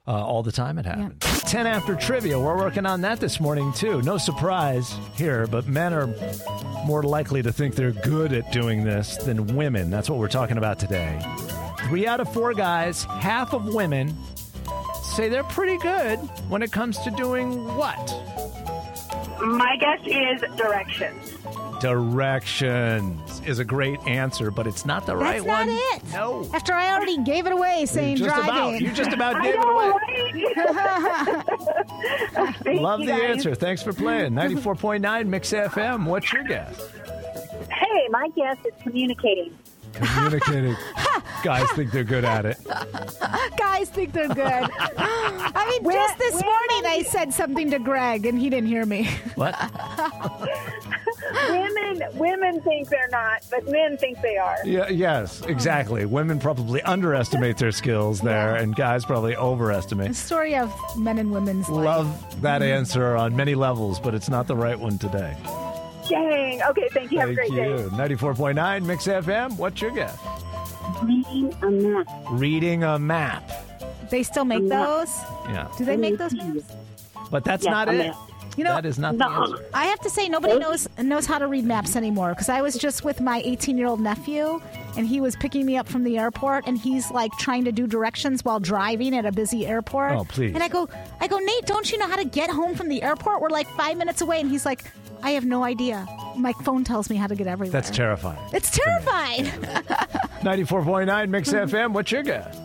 Speaker 5: uh, all the time it happens. 10 after trivia, we're working on that this morning too. No surprise here, but men are more likely to think they're good at doing this than women. That's what we're talking about today. Three out of four guys, half of women, say they're pretty good when it comes to doing what?
Speaker 9: My guess is directions.
Speaker 5: Directions is a great answer, but it's not the
Speaker 6: That's
Speaker 5: right
Speaker 6: not
Speaker 5: one.
Speaker 6: it.
Speaker 5: No.
Speaker 6: After I already gave it away saying
Speaker 5: just about-
Speaker 6: driving.
Speaker 5: you just about I
Speaker 6: gave
Speaker 5: gave it know, away.
Speaker 9: Thank
Speaker 5: Love
Speaker 9: you,
Speaker 5: the
Speaker 9: guys.
Speaker 5: answer. Thanks for playing. 94.9 Mix FM. What's your guess?
Speaker 14: Hey, my guess is communicating.
Speaker 5: Communicating. Guys think they're good at it.
Speaker 6: Guys think they're good. I mean, just this morning I said something to Greg and he didn't hear me.
Speaker 5: What?
Speaker 9: women women think they're not, but men think they are.
Speaker 5: Yeah, yes, exactly. Women probably underestimate their skills there, and guys probably
Speaker 6: The
Speaker 5: overestimate.
Speaker 6: story of men and women's life.
Speaker 5: Love that
Speaker 6: Mm-hmm.
Speaker 5: answer on many levels, but it's not the right one today.
Speaker 9: Dang. Okay, thank you. Have
Speaker 5: Thank
Speaker 9: a great
Speaker 5: you.
Speaker 9: day.
Speaker 5: 94.9 Mix FM. What's your guess?
Speaker 14: Reading a map.
Speaker 5: Reading a map.
Speaker 6: They still make those?
Speaker 5: Yeah.
Speaker 6: Do they make those maps?
Speaker 5: But that's
Speaker 6: Yeah,
Speaker 5: not
Speaker 6: I'm
Speaker 5: it.
Speaker 6: You know,
Speaker 5: that is not the answer.
Speaker 6: I have to say nobody knows knows how to read maps anymore because I was just with my 18 year old nephew and he was picking me up from the airport and he's like trying to do directions while driving at a busy airport.
Speaker 5: Oh, please.
Speaker 6: And I go, I go, Nate, don't you know how to get home from the airport? We're like five minutes away, and he's like, I have no idea. My phone tells me how to get everywhere.
Speaker 5: That's terrifying.
Speaker 6: It's terrifying.
Speaker 5: 94.9 Mix
Speaker 6: Mm-hmm.
Speaker 5: FM. What's your guess?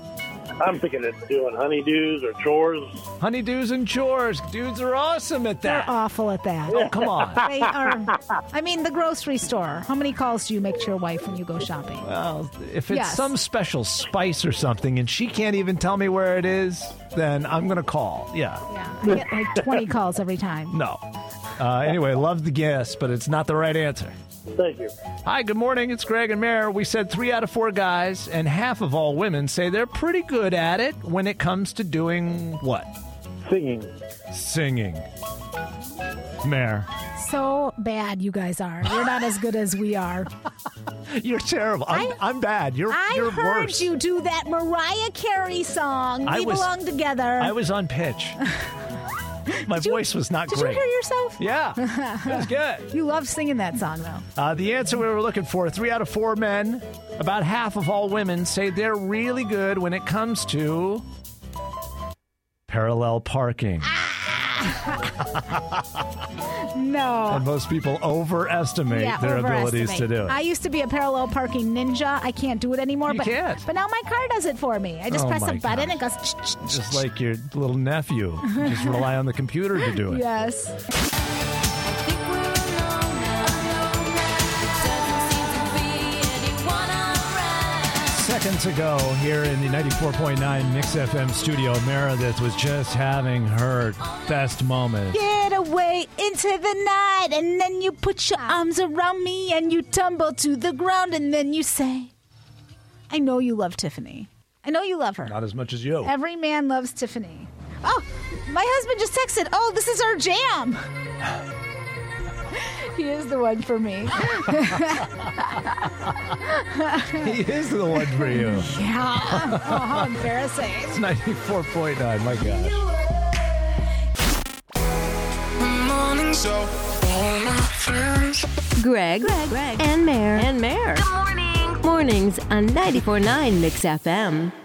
Speaker 15: I'm thinking it's doing honeydews or chores.
Speaker 5: Honeydews and chores. Dudes are awesome at
Speaker 6: They're
Speaker 5: that.
Speaker 6: awful at that.
Speaker 5: Oh, come on.
Speaker 6: They are. I mean, the grocery store. How many calls do you make to your wife when you go shopping?
Speaker 5: Well, if it's
Speaker 6: Yes.
Speaker 5: some special spice or something and she can't even tell me where it is, then I'm going to call. Yeah.
Speaker 6: I get like 20 calls every time.
Speaker 5: No. Uh, anyway, love the guess, but it's not the right answer.
Speaker 16: Thank you.
Speaker 5: Hi, good morning. It's Greg and Mayor. We said three out of four guys and half of all women say they're pretty good at it when it comes to doing what?
Speaker 16: Singing.
Speaker 5: Singing. Mayor.
Speaker 6: So bad you guys are. You're not as good as we are.
Speaker 5: You're terrible. I'm, I, am bad. You're,
Speaker 6: I
Speaker 5: you're
Speaker 6: heard
Speaker 5: worse.
Speaker 6: you do that Mariah Carey song.
Speaker 5: I
Speaker 6: we
Speaker 5: was-
Speaker 6: belong together.
Speaker 5: I was on pitch. My voice was not
Speaker 6: Did
Speaker 5: great.
Speaker 6: you hear yourself?
Speaker 5: Yeah. That was good.
Speaker 6: you love singing that song though.
Speaker 5: Uh, the answer we were looking for three out of four men, about half of all women say they're really good when it comes to parallel parking.
Speaker 6: Ah. No.
Speaker 5: And most people overestimate
Speaker 6: yeah,
Speaker 5: their abilities
Speaker 6: overestimate.
Speaker 5: to do it.
Speaker 6: I used to be a parallel parking ninja. I can't do it anymore.
Speaker 5: You
Speaker 6: but
Speaker 5: can't.
Speaker 6: but now my car does it for me. I just
Speaker 5: Oh
Speaker 6: press
Speaker 5: my
Speaker 6: a button. It goes. ch- ch- ch-
Speaker 5: Just like your little nephew, just rely on the computer to do it.
Speaker 6: Yes.
Speaker 5: Seconds ago, here in the 94.9 Mix FM studio, Meredith was just having her best moment.
Speaker 6: Get away into the night, and then you put your arms around me, and you tumble to the ground, and then you say, "I know you love Tiffany. I know you love her.
Speaker 5: Not as much as you.
Speaker 6: Every man loves Tiffany." Oh, my husband just texted. Oh, this is our jam. he is the one for me.
Speaker 5: he is the one for you.
Speaker 6: Yeah. Oh, how embarrassing.
Speaker 5: It's 94.9, my gosh.
Speaker 17: Greg, Greg, and Mayor, and Mayor. Good morning. Mornings on 94.9 Mix FM.